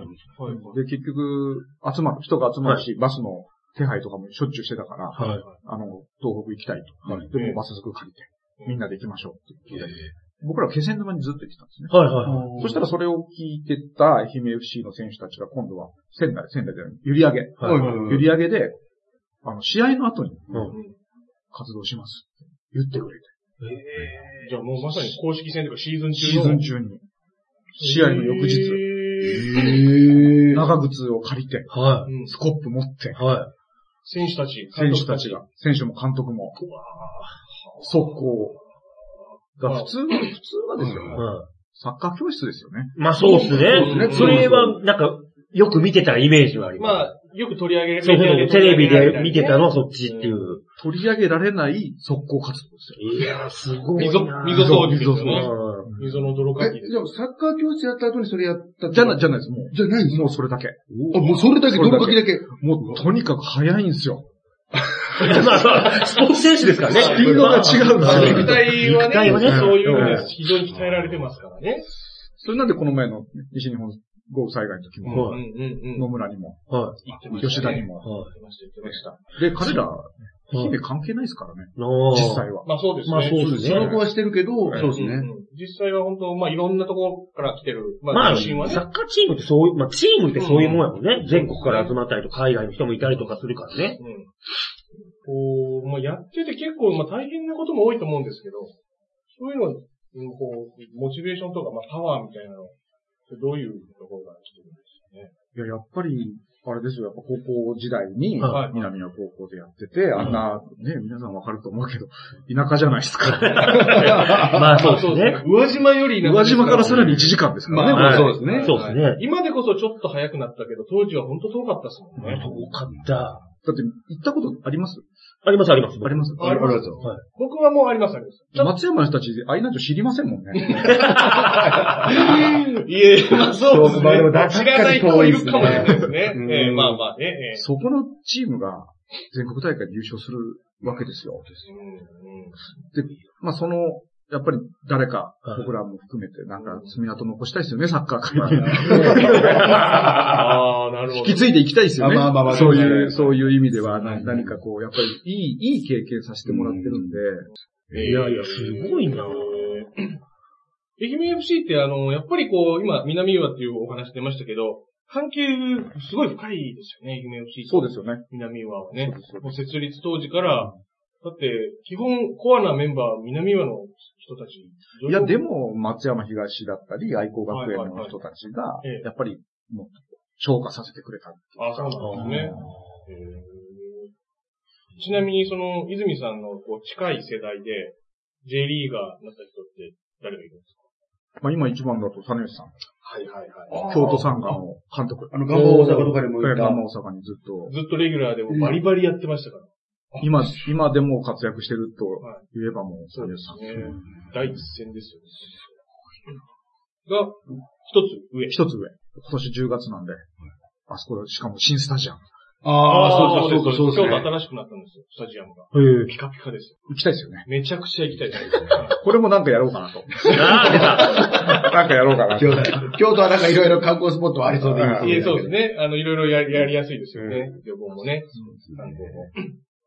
Speaker 3: いはい
Speaker 4: で、結局、集まる、人が集まるし、バスの手配とかもしょっちゅうしてたから、
Speaker 1: はい
Speaker 4: あの、東北行きたいと。
Speaker 5: はい
Speaker 4: で、もうバス作借りて、みんなで行きましょうって言って、僕らは気仙沼にずっと行ってたんですね。
Speaker 1: はいはいはい。
Speaker 4: そしたらそれを聞いてた愛媛 FC の選手たちが今度は仙台、仙台でゆり上げ。
Speaker 5: は
Speaker 1: はい
Speaker 5: いはい
Speaker 4: ゆり上げで、あの、試合の後に
Speaker 1: うん
Speaker 4: 活動しますって言ってくれて、
Speaker 3: じゃあもうまさに公式戦というかシーズン中
Speaker 4: シ
Speaker 3: の。
Speaker 4: ーズン中に、試合の翌日、
Speaker 3: へー
Speaker 5: え
Speaker 4: 長靴を借りて、
Speaker 1: は
Speaker 3: うん
Speaker 4: スコップ持って、
Speaker 1: い。は
Speaker 3: 選手たち。
Speaker 4: 選手たちが、選手も監督も、速攻。だから普通は、普通はですよ、
Speaker 1: い。は
Speaker 4: サッカー教室ですよね。
Speaker 1: い。まあそうっす
Speaker 3: そう
Speaker 1: ね
Speaker 3: で。すね
Speaker 1: それは、なんか、よく見てたイメージはあります。
Speaker 3: まあ、よく取り上げられ
Speaker 1: そうそうテレビで見てたの
Speaker 3: の。
Speaker 1: はそっちっていう。
Speaker 4: 取り上げられない速攻活動です
Speaker 1: い
Speaker 4: よ。
Speaker 1: やー、すごい
Speaker 3: 溝、
Speaker 1: な。
Speaker 3: 溝掃除ですよ
Speaker 1: う
Speaker 3: ね。
Speaker 1: ん
Speaker 3: 溝の泥かきで
Speaker 2: え、
Speaker 3: す
Speaker 2: じ。ゃあサッカー教室やった後にそれやったって
Speaker 4: じゃな、じゃないです、も
Speaker 2: じゃないんで
Speaker 4: う。
Speaker 2: す
Speaker 4: も
Speaker 2: か
Speaker 4: うそれだけ。
Speaker 2: あ もうそれだけ、
Speaker 4: それ
Speaker 2: ど
Speaker 4: だ
Speaker 2: ん
Speaker 4: け
Speaker 2: かけだけ。
Speaker 4: もうとにかく速いんですよ。
Speaker 1: いやまあまあ、スポーツ選手ですからね。
Speaker 4: スピードが違うん
Speaker 1: まあ
Speaker 4: です
Speaker 3: 肉
Speaker 4: よ。
Speaker 3: 体は
Speaker 1: 肉体
Speaker 3: ね、
Speaker 1: はね
Speaker 3: そういうので
Speaker 4: うん
Speaker 3: 非常に鍛えられてますからね。
Speaker 4: それなんでこの前の西日本豪雨災害の時も、
Speaker 1: はい
Speaker 3: うんうんうん。
Speaker 4: 野村にも、
Speaker 1: は
Speaker 3: 言ってましたね
Speaker 4: 吉田に
Speaker 1: い。
Speaker 4: も。
Speaker 1: は
Speaker 3: 言ってました、言ってました。
Speaker 4: で、彼ら、
Speaker 1: い。
Speaker 4: 姫関係ないですからね、
Speaker 1: の
Speaker 4: 実際は。
Speaker 3: まあそうですね。
Speaker 1: まあそうですね
Speaker 2: その子はしてるけど、
Speaker 4: い
Speaker 2: そうです
Speaker 3: うんう
Speaker 2: ね。
Speaker 3: ん実際は本当、まあいろんなところから来てる、ま
Speaker 1: ま
Speaker 3: あ
Speaker 1: あ、
Speaker 3: 中心はね
Speaker 1: サ。ッカーチームってそういう、まあチームってそういうもんやもんね。全国から集まったりとか、海外の人もいたりとかするからね。
Speaker 3: うんこう、まあやってて結構、まあ大変なことも多いと思うんですけど、そういうの、うんこう、モチベーションとか、まあパワーみたいなの、どういうところから来てるんですかね。
Speaker 4: いや、やっぱり、あれですよ、やっぱ高校時代に、
Speaker 1: はい
Speaker 4: 南は高校でやってて、あんな、ね、皆さんわかると思うけど、田舎じゃないですか。
Speaker 1: まあ そう ですね。
Speaker 3: 宇和島より
Speaker 4: 宇和島からさらに1
Speaker 3: 時
Speaker 4: 時間ですか
Speaker 2: ま
Speaker 4: ら
Speaker 2: あ
Speaker 4: ね。
Speaker 2: まあ
Speaker 1: はい
Speaker 2: そうですね。
Speaker 1: そうですね。
Speaker 3: 今でこそちょっと早くなったけど、当時は本当遠かったですもんね。
Speaker 1: よかった。
Speaker 4: だって、行ったことあります
Speaker 1: ありますあります。
Speaker 4: あります
Speaker 3: ああります
Speaker 1: うはい
Speaker 3: 僕はもうあります、あります。ちょっ
Speaker 4: 松山の人たち、アイナン知りませんもんね。
Speaker 3: と、いえ、まあそうですね。
Speaker 2: まあでも確かに
Speaker 3: 知らない人もいるかもしれないですね。
Speaker 2: うん
Speaker 3: ええまあまあね。ええ
Speaker 4: そこのチームが全国大会で優勝するわけですよ。
Speaker 3: うんうん
Speaker 4: まあその、やっぱり誰か
Speaker 1: はい、
Speaker 4: 僕らも含めて、なんか爪痕残したいですよね、サッカー界に。
Speaker 3: ああ、なるほど。
Speaker 4: 引き継いでいきたいですよね。
Speaker 5: あまあまあまあ
Speaker 4: そう
Speaker 5: そう
Speaker 4: い
Speaker 5: で
Speaker 4: う、
Speaker 5: すね
Speaker 4: そういう意味では、
Speaker 5: はいはい
Speaker 4: 何かこう、やっぱりいい、いい経験させてもらってるんで、
Speaker 1: いやいや、すごいな
Speaker 3: 愛媛 FC ってあの、やっぱりこう、今、南岩っていうお話出ましたけど、関係、すごい深いですよね、愛媛 FC って。
Speaker 4: そうですよね。
Speaker 3: 南岩はね
Speaker 4: そうです。よ
Speaker 3: もう設立当時から、だって、基本、コアなメンバー、南岩の人たち。
Speaker 4: いや、でも、松山東だったり、愛工学園の人たちが
Speaker 3: いはいええ、
Speaker 4: やっぱり、もう、消化させてくれた。
Speaker 3: あ、そうなんですね。へーちなみに、その、泉さんのこう近い世代で、J リーガーになった人って誰がいるんですか
Speaker 4: まあ今一番だと、種吉さん。
Speaker 3: はいはいはい。
Speaker 5: あー
Speaker 4: 京都産がの監督。
Speaker 2: あの、ガンバ大阪とかでも
Speaker 4: え
Speaker 2: い
Speaker 4: え
Speaker 2: た。
Speaker 4: ガンバ大阪にずっと、
Speaker 3: ずっとレギュラーでもバリバリやってましたから。
Speaker 4: 今、今でも活躍してると
Speaker 3: はい
Speaker 4: 言えばもう、
Speaker 3: そうで
Speaker 4: 種吉
Speaker 3: す
Speaker 4: さん。
Speaker 3: ね。第一線ですよね。が、一つ上。
Speaker 4: 一つ上。今年10月なんで、あそこ、しかも新スタジアム。
Speaker 5: ああ、そうか、そうか、そう
Speaker 3: 京
Speaker 5: か
Speaker 3: 都。新しくなったんですよ、スタジアムが。
Speaker 1: ぁ。
Speaker 3: ピカピカですよ。
Speaker 4: 行きたいですよね。
Speaker 3: めちゃくちゃ行きたいです。
Speaker 4: これもなんかやろうかなと。
Speaker 1: あ
Speaker 4: なんかやろうかなと。
Speaker 2: 京都京都はなんかいろいろ観光スポットはありそうでいい
Speaker 4: あ
Speaker 3: いえ、
Speaker 2: です
Speaker 3: そう
Speaker 2: ね。
Speaker 3: ですね。あの、いろいろやりやりやすいですよね。旅行もね。観光も。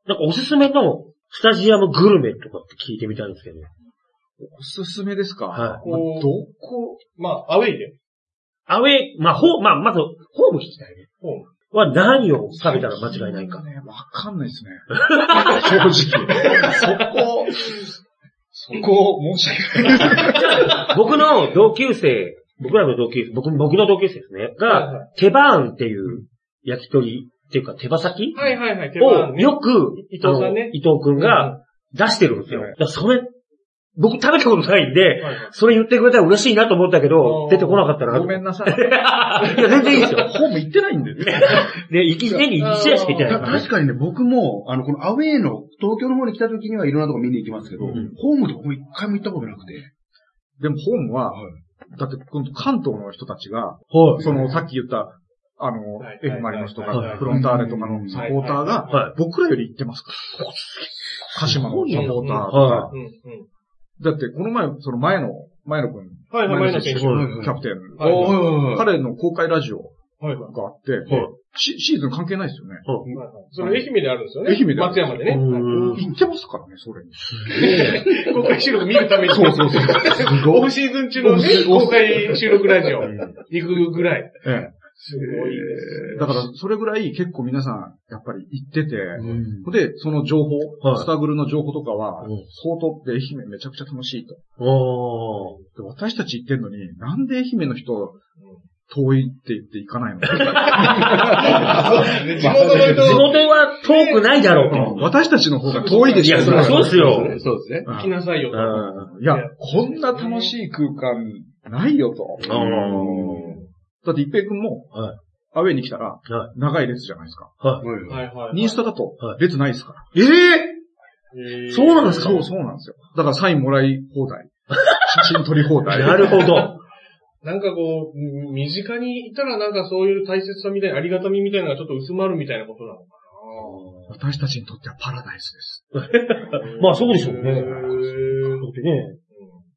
Speaker 1: なんかおすすめのスタジアムグルメとかって聞いてみたいんですけど。
Speaker 4: おすすめですか
Speaker 1: はい
Speaker 4: まあ
Speaker 3: こう
Speaker 4: どこ
Speaker 3: まあ、アウェイで、
Speaker 1: アウェイ、まあ、ほ、まあ、まず、ホーム聞きたいね。
Speaker 3: ホーム。
Speaker 1: は何を食べたら間違いないか。
Speaker 4: ね、わかんないですね。正直。そこ、そこ、申し訳ない。
Speaker 1: 僕の同級生僕らの同級生、僕、僕の同級生ですね。が、
Speaker 3: は
Speaker 1: 手バーンっていう焼き鳥っていうか手羽先
Speaker 3: いはいはいはい。手羽
Speaker 1: を
Speaker 3: ね
Speaker 1: よく、
Speaker 3: 伊藤さんね
Speaker 1: あの伊藤くんが、出してるんですよ。
Speaker 4: はい
Speaker 1: だからそれ、僕食べたことないんで、
Speaker 3: はいはい
Speaker 1: それ言ってくれたら嬉しいなと思ったけど
Speaker 3: あ、ー
Speaker 1: 出てこなかったな。
Speaker 4: ごめんなさい。
Speaker 1: いや、全然いいです よ。
Speaker 4: ホーム行ってないんだよね。
Speaker 1: で、一年に一試合しか行ってない
Speaker 2: た
Speaker 1: から、
Speaker 2: 確かにね、僕も、あの、このアウェイの、東京の方に来た時にはいろんなとこ見に行きますけど、
Speaker 1: ん
Speaker 2: ホームとかも一回も行ったことなくて。
Speaker 4: でもホームは、だってこの関東の人たち
Speaker 1: は
Speaker 4: が、
Speaker 1: い。
Speaker 4: そのさっき言った、あの
Speaker 3: はい、
Speaker 4: F マリノスと
Speaker 3: はいはい
Speaker 1: は
Speaker 4: か
Speaker 1: い、
Speaker 4: フロンターレとかのサポーターが、
Speaker 1: はい。
Speaker 4: 僕らより行ってますから。鹿島のサポーターと
Speaker 1: は
Speaker 4: か。
Speaker 3: うんうん。
Speaker 4: だってこの前、その前の、前野くん、
Speaker 3: はいはい、前の
Speaker 4: 選
Speaker 3: 選
Speaker 4: 手
Speaker 3: 手。
Speaker 4: キ
Speaker 3: はい
Speaker 4: ャプテ
Speaker 3: はい
Speaker 4: ン。
Speaker 5: お
Speaker 4: 彼の公開ラジオ
Speaker 3: はい。
Speaker 4: があって、シシーズン関係ないですよね。
Speaker 3: それ愛媛であるんですよね。
Speaker 4: 愛媛である
Speaker 3: 松山でね。
Speaker 1: うん
Speaker 4: 行ってますからね、それに。
Speaker 3: 公開収録見るために。
Speaker 4: そうそうそう。
Speaker 3: オフシーズン中のね、公開収録ラジオ行くぐらい。
Speaker 4: ええ
Speaker 3: すごいです。
Speaker 4: だから、それぐらい結構皆さん、やっぱり行ってて、
Speaker 5: うん
Speaker 4: で、その情報、
Speaker 1: はい
Speaker 4: スタグルの情報とかは
Speaker 1: うん、
Speaker 4: 相当で愛媛めちゃくちゃ楽しいと。
Speaker 1: おー。
Speaker 4: で私たち行ってんのに、なんで愛媛の人、遠いって言って行かないの
Speaker 3: で地元の
Speaker 1: 地
Speaker 3: 人、
Speaker 1: 元は遠くないだろう
Speaker 4: うん
Speaker 1: と。
Speaker 4: 私たちの方が遠いで
Speaker 1: い
Speaker 4: しょ。
Speaker 1: や、そりゃそうですよ。
Speaker 5: そうですね。
Speaker 4: うん
Speaker 3: 行きなさいよ
Speaker 1: う
Speaker 3: と。
Speaker 1: ん。
Speaker 4: いや、こんな楽しい空間、ないよと。
Speaker 1: あー
Speaker 4: だって一平君も
Speaker 1: はい、
Speaker 4: アウェイに来た
Speaker 1: は、
Speaker 4: ら長い列じゃないですか。
Speaker 5: はい
Speaker 3: はいはい。
Speaker 4: インスタだと
Speaker 1: は、
Speaker 4: 列ないですから。
Speaker 1: ええ
Speaker 3: へー
Speaker 1: そうなんですか
Speaker 4: そう、そうなんですよ。だからサインもらい放 題。写真撮り放題。
Speaker 1: なるほ ど。
Speaker 3: なんかこう、うん身近にいたらなんかそういう大切さみたいな、ありがたみみたいなのがちょっと薄まるみたいなことなのか
Speaker 4: 私たちにとってはパラダイスです。
Speaker 3: な。
Speaker 1: まあそうでしょうね
Speaker 3: へー
Speaker 1: だってね、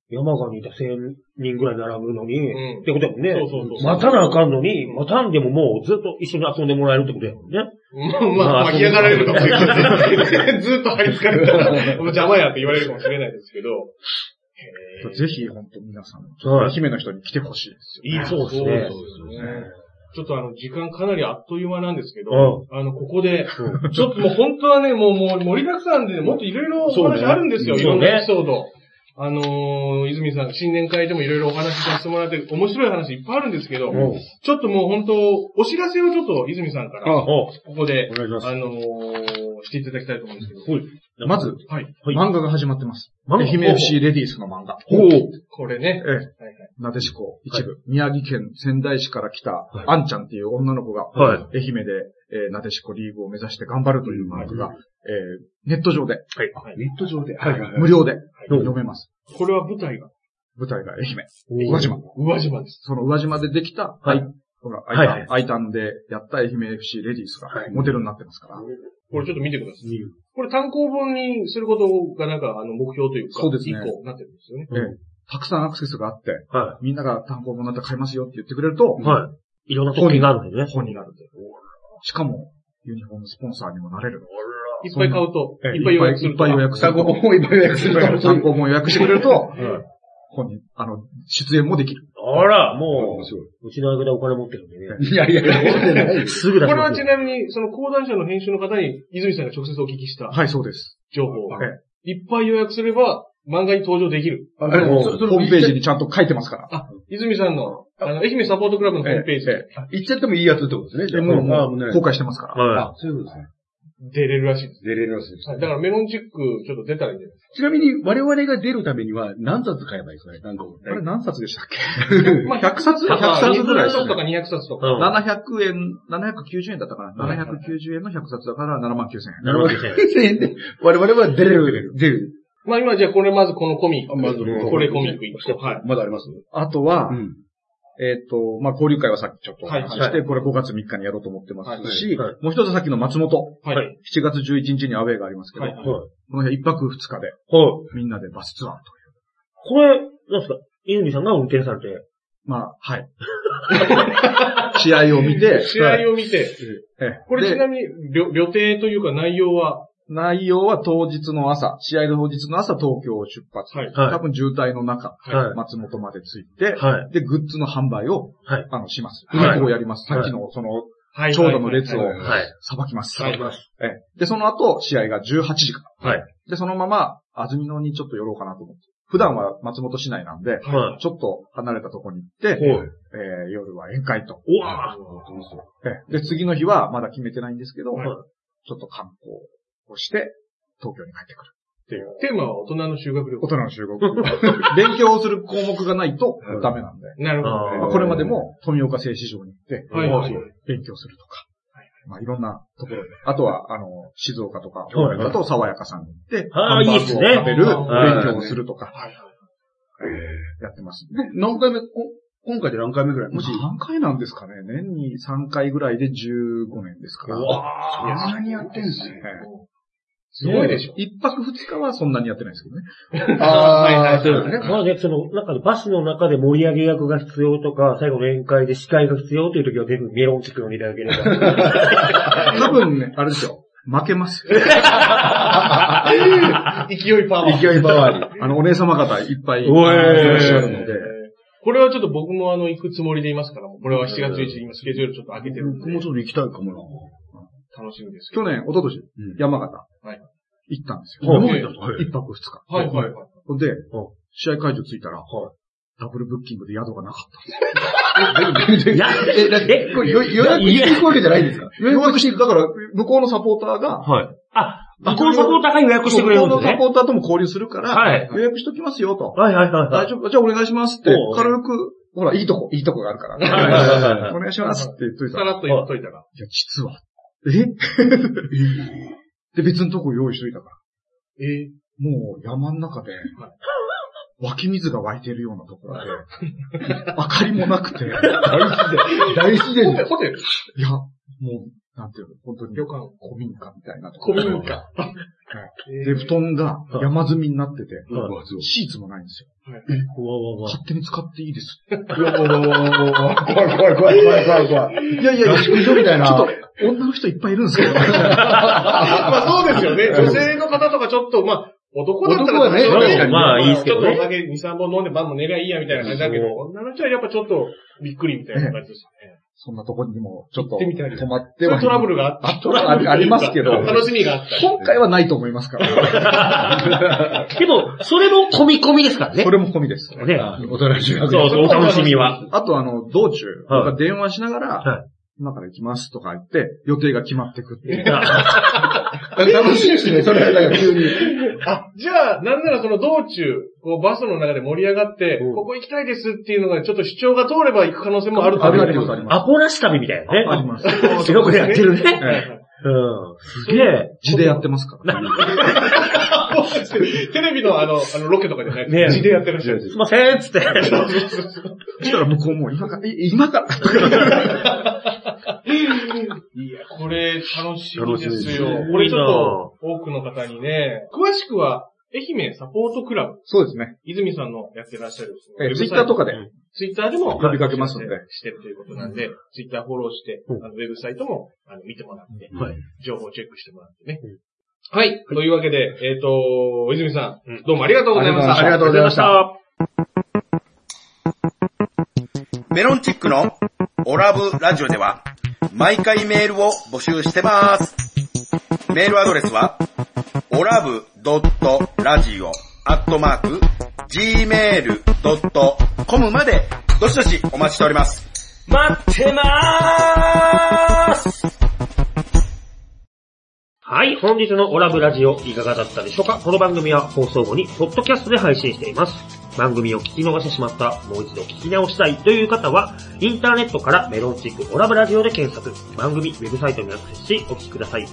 Speaker 1: 山鹿にいた1000人ぐらい並ぶのに、
Speaker 3: うん
Speaker 1: ってことやもんね。
Speaker 3: そうそうそう
Speaker 1: 待たなあかんのに、待たんでももうずっと一緒に遊んでもらえるってことやもんね。
Speaker 3: うんまあ、まあ、嫌がられるかもしれない。 ずっと張り付かれたら、もう邪魔やって言われるかもしれないですけど。へー
Speaker 4: ぜひ、本当皆さん、
Speaker 1: はい
Speaker 4: 愛媛の人に来てほしいですよ。
Speaker 3: いいです
Speaker 1: そうですね
Speaker 3: ちょっとあの、時間かなりあっという間なんですけど、
Speaker 1: う
Speaker 3: あの、ここで、ちょっともう本当はね、もう、もう盛りだくさんで、もっといろいろお話あるんですよ、
Speaker 1: そう
Speaker 3: い
Speaker 1: ね
Speaker 3: ろんなエピソード。あのー、泉さん、新年会でもいろいろお話しさせてもらって、面白い話いっぱいあるんですけど、
Speaker 1: うん。
Speaker 3: ちょっともう本当、お知らせをちょっと泉さんから、こ
Speaker 1: お
Speaker 3: こで
Speaker 1: お、願いします
Speaker 3: あ。のー、していただきたいと思うんですけど。
Speaker 4: まず、
Speaker 3: はい。
Speaker 1: はい
Speaker 4: 漫画が始まってます。
Speaker 1: 漫画
Speaker 4: 愛媛 FC レディースの漫画。
Speaker 1: おお
Speaker 3: これね。
Speaker 4: え
Speaker 3: はいはい。
Speaker 4: え、なでしこ一部、宮城県仙台市から来た、
Speaker 1: はい
Speaker 4: あんちゃんっていう女の子が、
Speaker 1: は
Speaker 4: 愛媛で、えーなでしこリーグを目指して頑張るという漫画が、えーネット上で、
Speaker 2: ネット上で。
Speaker 4: 無料で
Speaker 1: うん
Speaker 4: 読めます。
Speaker 3: これは舞台が、
Speaker 4: 舞台が愛媛、宇
Speaker 1: 宇
Speaker 4: 和島。
Speaker 3: 宇和島です。
Speaker 4: その宇和島でできた、
Speaker 1: はい
Speaker 4: あほら、アイ
Speaker 1: はい
Speaker 4: タン、
Speaker 1: はい
Speaker 4: アイタンでやった愛媛 FC レディースが
Speaker 1: はい
Speaker 4: モデルになってますから。
Speaker 3: これちょっと見てください。これ単行本にすることがなんか、あの、目標というか、
Speaker 4: そうですね
Speaker 3: 一個なってるんですよね。
Speaker 1: うん
Speaker 4: ええたくさんアクセスがあって、
Speaker 1: は
Speaker 4: みんなが単行本になって買いますよって言ってくれると、
Speaker 1: い。はい。いろんな特技があるんでね。
Speaker 4: 本になるんで。しかも、ユニフォームスポンサーにもなれる。
Speaker 3: いっぱい買うと、
Speaker 4: ええ
Speaker 3: いっぱい予約すると。
Speaker 4: いっぱい予約する
Speaker 2: 双子の方いっぱい予約するから。
Speaker 4: 単行本予約してくれると、
Speaker 1: はい
Speaker 4: 本に、あの、出演もできる。
Speaker 1: あら、も、
Speaker 2: 面白いう
Speaker 1: うちの相方お金持ってるんでね。
Speaker 2: いやいや、そうじゃないです
Speaker 1: すぐ
Speaker 3: こ
Speaker 1: 出し
Speaker 3: れ
Speaker 1: ま
Speaker 3: は
Speaker 1: す
Speaker 3: ち
Speaker 1: よ。
Speaker 3: なみに、その講談社の編集の方に、泉さんが直接お聞きした
Speaker 4: はい、そうです。
Speaker 3: 情報。
Speaker 4: ええ
Speaker 3: いっぱい予約すれば、漫画に登場できる。
Speaker 4: あ
Speaker 2: あの
Speaker 4: の
Speaker 2: そそれ
Speaker 4: ホームページにちゃんと書いてますから。
Speaker 3: あ、泉さんの、あの、愛媛サポートクラブのホームページ
Speaker 4: え
Speaker 3: で
Speaker 2: 言っちゃってもいいやつってことです
Speaker 4: で
Speaker 2: ね。
Speaker 4: もう、もう公
Speaker 2: ね。
Speaker 4: 開してますから。
Speaker 1: は
Speaker 2: あ、そういうことですね。
Speaker 3: 出れるらしいです。
Speaker 2: 出れるらしいです
Speaker 3: はいだからメロンチックちょっと出たらいいんじゃないです
Speaker 2: ちなみに、我々が出るためには何冊買えばいいですかね単行
Speaker 4: あれ
Speaker 2: 本。
Speaker 4: 何冊でしたっけ
Speaker 3: か。まあ
Speaker 4: ?100 冊
Speaker 3: 100
Speaker 4: ?100 冊ぐらいです
Speaker 3: 冊
Speaker 4: ね
Speaker 3: とか。200冊と
Speaker 1: い。
Speaker 3: か。
Speaker 1: うん。
Speaker 4: 700円、790円だったかな。
Speaker 3: はい
Speaker 4: 790円の100冊だから7万9000円。
Speaker 1: なるほどね。
Speaker 2: 1000円で、我々は出れる。出る。
Speaker 3: まあ今じゃあこれまずこのコミック。
Speaker 2: まずこの
Speaker 3: これコミック一個。はい。
Speaker 2: まだあります
Speaker 4: あとは、
Speaker 2: ん。
Speaker 4: えっ、と、まあ、交流会はさっきちょっとお話しして、
Speaker 1: はい
Speaker 4: これ5月3日にやろうと思ってますし、
Speaker 1: はい
Speaker 4: もう一つさっきの松本、
Speaker 3: はい。はい。
Speaker 4: 7月11日にアウェイがありますけど、
Speaker 3: はい
Speaker 1: はい。
Speaker 4: この辺1泊2日で
Speaker 1: はい。
Speaker 4: みんなでバスツアーと。
Speaker 1: これ、なんですか泉さんが運転されて。
Speaker 4: まあ、は い。試合を見て、
Speaker 3: 試合を見て、
Speaker 4: ええ
Speaker 3: これち
Speaker 4: で
Speaker 3: なみに、旅旅程というか内容は、
Speaker 4: 内容は当日の朝、試合の当日の朝東京を出発。
Speaker 3: はい。
Speaker 1: はい
Speaker 4: 多分渋滞の中、
Speaker 1: はい
Speaker 4: 松本まで着いて、
Speaker 1: はい。
Speaker 4: で、グッズの販売を、
Speaker 1: はい
Speaker 4: あの、します。
Speaker 1: はい
Speaker 4: 運行をやります。
Speaker 1: はい
Speaker 4: さっきの、その、
Speaker 3: はい。
Speaker 4: 長蛇の列を
Speaker 3: はいはい
Speaker 1: はい。
Speaker 4: さばきます。
Speaker 3: はい
Speaker 4: ええで、その後、試合が18時から。
Speaker 1: はい。
Speaker 4: で、そのまま、安曇野にちょっと寄ろうかなと思って。普段は松本市内なんで、
Speaker 1: はい。
Speaker 4: ちょっと離れたとこに行って、
Speaker 1: ほう。
Speaker 4: えー夜は宴会と。
Speaker 1: うわぁ。
Speaker 4: えで、次の日はまだ決めてないんですけど、
Speaker 1: はい
Speaker 4: ちょっと観光をして、東京に帰ってくる。
Speaker 3: テーマは大人の修学旅行。
Speaker 4: 大人の集合。 勉強をする項目がないとダメなんで。
Speaker 3: なるほどね
Speaker 1: あー
Speaker 4: まあ、これまでも富岡製糸場に行って、
Speaker 3: はいはいはい
Speaker 4: 勉強するとか、まあ、いろんなところで。あとは、あの、静岡とか、
Speaker 1: はい
Speaker 4: だと爽やかさんに行って、
Speaker 1: あー
Speaker 4: ハンバーグ
Speaker 1: いいですね
Speaker 4: を食べる
Speaker 1: はい
Speaker 4: 勉強をするとか、
Speaker 3: はいはい
Speaker 4: やってますね。
Speaker 2: 何回目、こ今回で何回目ぐらいもし、
Speaker 4: 何回なんですかね年に3回ぐらいで15年ですから。
Speaker 5: あそんなにやってんすね。
Speaker 3: すごいでしょ。
Speaker 4: 一泊二日はそんなにやってないですけどね。
Speaker 5: ああ、そうだね。
Speaker 1: まあね、その、なんかバスの中で盛り上げ役が必要とか、最後の宴会で司会が必要という時は全部メロンチックのいただければ。
Speaker 4: 多分ね、あれですよ。負けます。
Speaker 3: 勢いパワー。
Speaker 4: 勢いばわり。あの、お姉様方いっぱいい
Speaker 1: おえ
Speaker 4: らっしゃるの
Speaker 3: えー
Speaker 4: で。
Speaker 3: これはちょっと僕もあの、行くつもりでいますから、これは7月1日、今スケジュールちょっと開けてるん
Speaker 2: 僕
Speaker 3: で、
Speaker 2: もちょっと行きたいかもな。
Speaker 3: 楽しみですけど。
Speaker 4: 去年、一昨年、
Speaker 2: うん
Speaker 4: 山形
Speaker 3: はい、
Speaker 4: 行ったんです
Speaker 1: は
Speaker 4: よ。
Speaker 1: い
Speaker 2: 山形とか
Speaker 4: 一泊二日。
Speaker 3: はいはいはい。
Speaker 4: ほんで、試合会場着いたら、ダブルブッキングで宿がなかった。
Speaker 1: いや、
Speaker 2: え、だって、
Speaker 1: え
Speaker 2: これ予予約していくわけじゃないんですか
Speaker 4: 予約して、だから、向こうのサポーターが、
Speaker 1: はい。あ、向こうのサポーターが予約してくれるんです
Speaker 4: 向こうのサ
Speaker 1: ね。
Speaker 4: ポーターとも交流するから、
Speaker 1: はい。
Speaker 4: 予約しときますよと。
Speaker 1: はいはいはいは
Speaker 4: 大
Speaker 1: い。
Speaker 4: 丈夫、じゃあお願いしますって
Speaker 1: おう、
Speaker 4: 軽く、ほら、いいとこ、いいとこがあるか
Speaker 1: はいはい
Speaker 4: ら。
Speaker 1: はいはい
Speaker 4: お願いしますって言っといた
Speaker 3: さ
Speaker 4: ら、い
Speaker 3: らっと言っといたら。
Speaker 4: や、実は。え で、別のとこ用意しといたから。
Speaker 3: え
Speaker 4: もう山の中で、湧き水が湧いてるようなところで、明かりもなくて、い
Speaker 2: 大自然だ
Speaker 3: ー、
Speaker 2: よ。
Speaker 3: ホテル
Speaker 4: や、もう、なんていうの、本当に
Speaker 3: 旅、館。
Speaker 4: 古民家みたいなとこ
Speaker 3: 古
Speaker 4: ろで。
Speaker 3: 民家。
Speaker 4: で、布団が山積みになってて、
Speaker 1: うわ
Speaker 4: シーツもないんですよ。
Speaker 1: うわうわ
Speaker 4: 勝手に使っていいです。
Speaker 2: 怖い怖い怖い怖い怖い怖い。
Speaker 4: いやいやいや、
Speaker 2: 合宿所みたい
Speaker 4: ちょっ
Speaker 2: な。
Speaker 4: と、女の人いっぱいいるんですけど。
Speaker 3: まあそうですよね。女性の方とかちょっと、まあ、男だったら
Speaker 2: 男はね
Speaker 3: ちょっと
Speaker 2: 確かに
Speaker 1: まあいいですけ
Speaker 3: ちょ
Speaker 1: ど
Speaker 3: っと
Speaker 1: ね
Speaker 3: お酒2、3本飲んで晩も寝りゃいいやみたいな感じだけど、女の人はやっぱちょっとびっくりみたいな感じですよね。
Speaker 4: そんなとこにも、ちょっ
Speaker 3: 行
Speaker 4: と、
Speaker 3: ってみたいです
Speaker 4: 止まっ
Speaker 3: そ
Speaker 4: て
Speaker 3: うい
Speaker 4: は
Speaker 3: うトラブルがあった。
Speaker 4: あトラブルありますけど、
Speaker 3: 楽しみがあった。
Speaker 4: 今回はないと思いますから。
Speaker 1: でも、それも込み込みですからね
Speaker 4: そ。れも込みです。
Speaker 1: ね。
Speaker 2: 大人しい
Speaker 1: そ
Speaker 2: わ
Speaker 1: う
Speaker 2: けです
Speaker 1: そう、お楽しみは。
Speaker 4: あとあの、道中、
Speaker 1: はい
Speaker 4: 僕は電話しながら、
Speaker 1: は
Speaker 4: 今から行きますとか言って、予定が決まってくっていう。
Speaker 2: 楽しいですね、それ。だから急に。
Speaker 3: あ、じゃあ、なんならその道中、こうバスの中で盛り上がって、
Speaker 1: うん
Speaker 3: ここ行きたいですっていうのが、ちょっと主張が通れば行く可能性もあると
Speaker 4: あり
Speaker 3: いう
Speaker 4: ます、あります、ありま
Speaker 1: アポなし旅みたい
Speaker 4: す。あ
Speaker 1: な
Speaker 4: り
Speaker 1: ね。
Speaker 4: ます。
Speaker 1: すごくやってるね。
Speaker 4: ええ
Speaker 1: うん。すげえ。
Speaker 4: 地でやってますから。
Speaker 3: テレビのあの、あの、ロケとかじゃない
Speaker 1: ねえ
Speaker 3: です。地でやってらっしゃる。
Speaker 1: すいませんっつって。
Speaker 4: そしたら向こうも、今から、い今から。
Speaker 3: いや、これ、楽しみ
Speaker 1: 楽
Speaker 3: で
Speaker 1: しみ
Speaker 3: す
Speaker 1: です
Speaker 3: よ
Speaker 1: ね。
Speaker 3: これちょっと、多くの方にね、詳しくは、愛媛サポートクラブ、
Speaker 4: そうですね。
Speaker 3: 泉さんのやってらっしゃる。
Speaker 4: えツイッターとかで、
Speaker 3: ツイッターでも
Speaker 4: 呼びかけますんで
Speaker 3: してるということなんで、ツイッターフォローして、
Speaker 1: うん
Speaker 3: あのウェブサイトもあの見てもらって、
Speaker 1: はい
Speaker 3: 情報をチェックしてもらってね
Speaker 1: うん。
Speaker 3: はい。というわけで、えっ、と、泉さ
Speaker 1: うん
Speaker 3: ん、どうもありがとうございました。
Speaker 4: ありがとうございました
Speaker 3: ありがとうございました。
Speaker 6: メロンチックのオラブラジオでは毎回メールを募集してます。メールアドレスは、オラブドットラジオアットマーク、gmail.com まで、どしどしお待ちしております。
Speaker 1: 待ってまーすはい、本日のオラブラジオいかがだったでしょうかこの番組は放送後にポッドキャストで配信しています。番組を聞き逃してしまった、もう一度聞き直したいという方は、インターネットからメロンチックオラブラジオで検索、番組ウェブサイトにアクセスしお聞きください。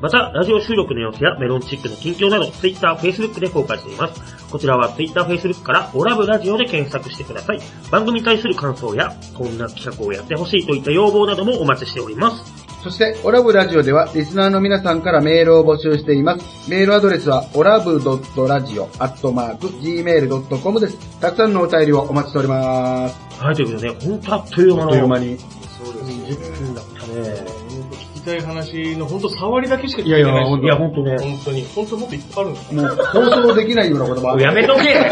Speaker 1: また、ラジオ収録の様子やメロンチックの近況など、Twitter、Facebook で公開しています。こちらは Twitter、Facebook からオラブラジオで検索してください。番組に対する感想や、こんな企画をやってほしいといった要望などもお待ちしております。
Speaker 2: そして、オラブラジオでは、リスナーの皆さんからメールを募集しています。メールアドレスは、オラブドットラジオアットマーク、gmail.com です。たくさんのお便りをお待ちしております。
Speaker 1: はい、ということで、本当あっという間
Speaker 4: あっ
Speaker 1: の
Speaker 4: という間に。
Speaker 3: そうですね。
Speaker 1: 20分だったね。
Speaker 3: 聞きたい話の本当触りだけしか聞い
Speaker 4: いやい
Speaker 3: て
Speaker 4: や
Speaker 3: ない
Speaker 1: いや、本当ね。
Speaker 3: 本当に。本当もっといっぱいあるんですか
Speaker 2: もう、放送できないようなこと もある。
Speaker 1: やめとけ や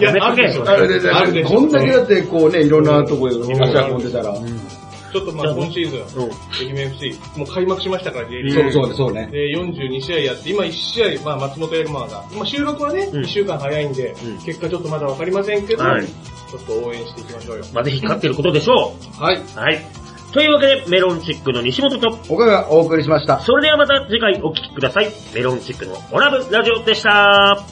Speaker 1: めとけ
Speaker 3: あるでしょ
Speaker 2: あれで
Speaker 3: あるでしょ
Speaker 2: こんだけだって、こうね、いろんなところで足運んでたら、
Speaker 3: ちょっとまあ今シーズン、
Speaker 1: うん。
Speaker 3: 愛媛 FC、もう開幕しましたから、J リーグ。
Speaker 2: そうそう、そうね。
Speaker 3: で、42試合やって、今1試合、まあ松本エルマーが、今収録はね、
Speaker 1: うん
Speaker 3: 1週間早いんで、
Speaker 1: うん
Speaker 3: 結果ちょっとまだわかりませんけど、
Speaker 1: はい
Speaker 3: ちょっと応援していきましょうよ。
Speaker 1: まあ、ぜひ勝ってることでしょ
Speaker 3: はい。
Speaker 1: う。はい。というわけで、メロンチックの西本と、
Speaker 2: 岡がお送りしました。
Speaker 1: それではまた次回お聞きください。メロンチックのオラブラジオでした。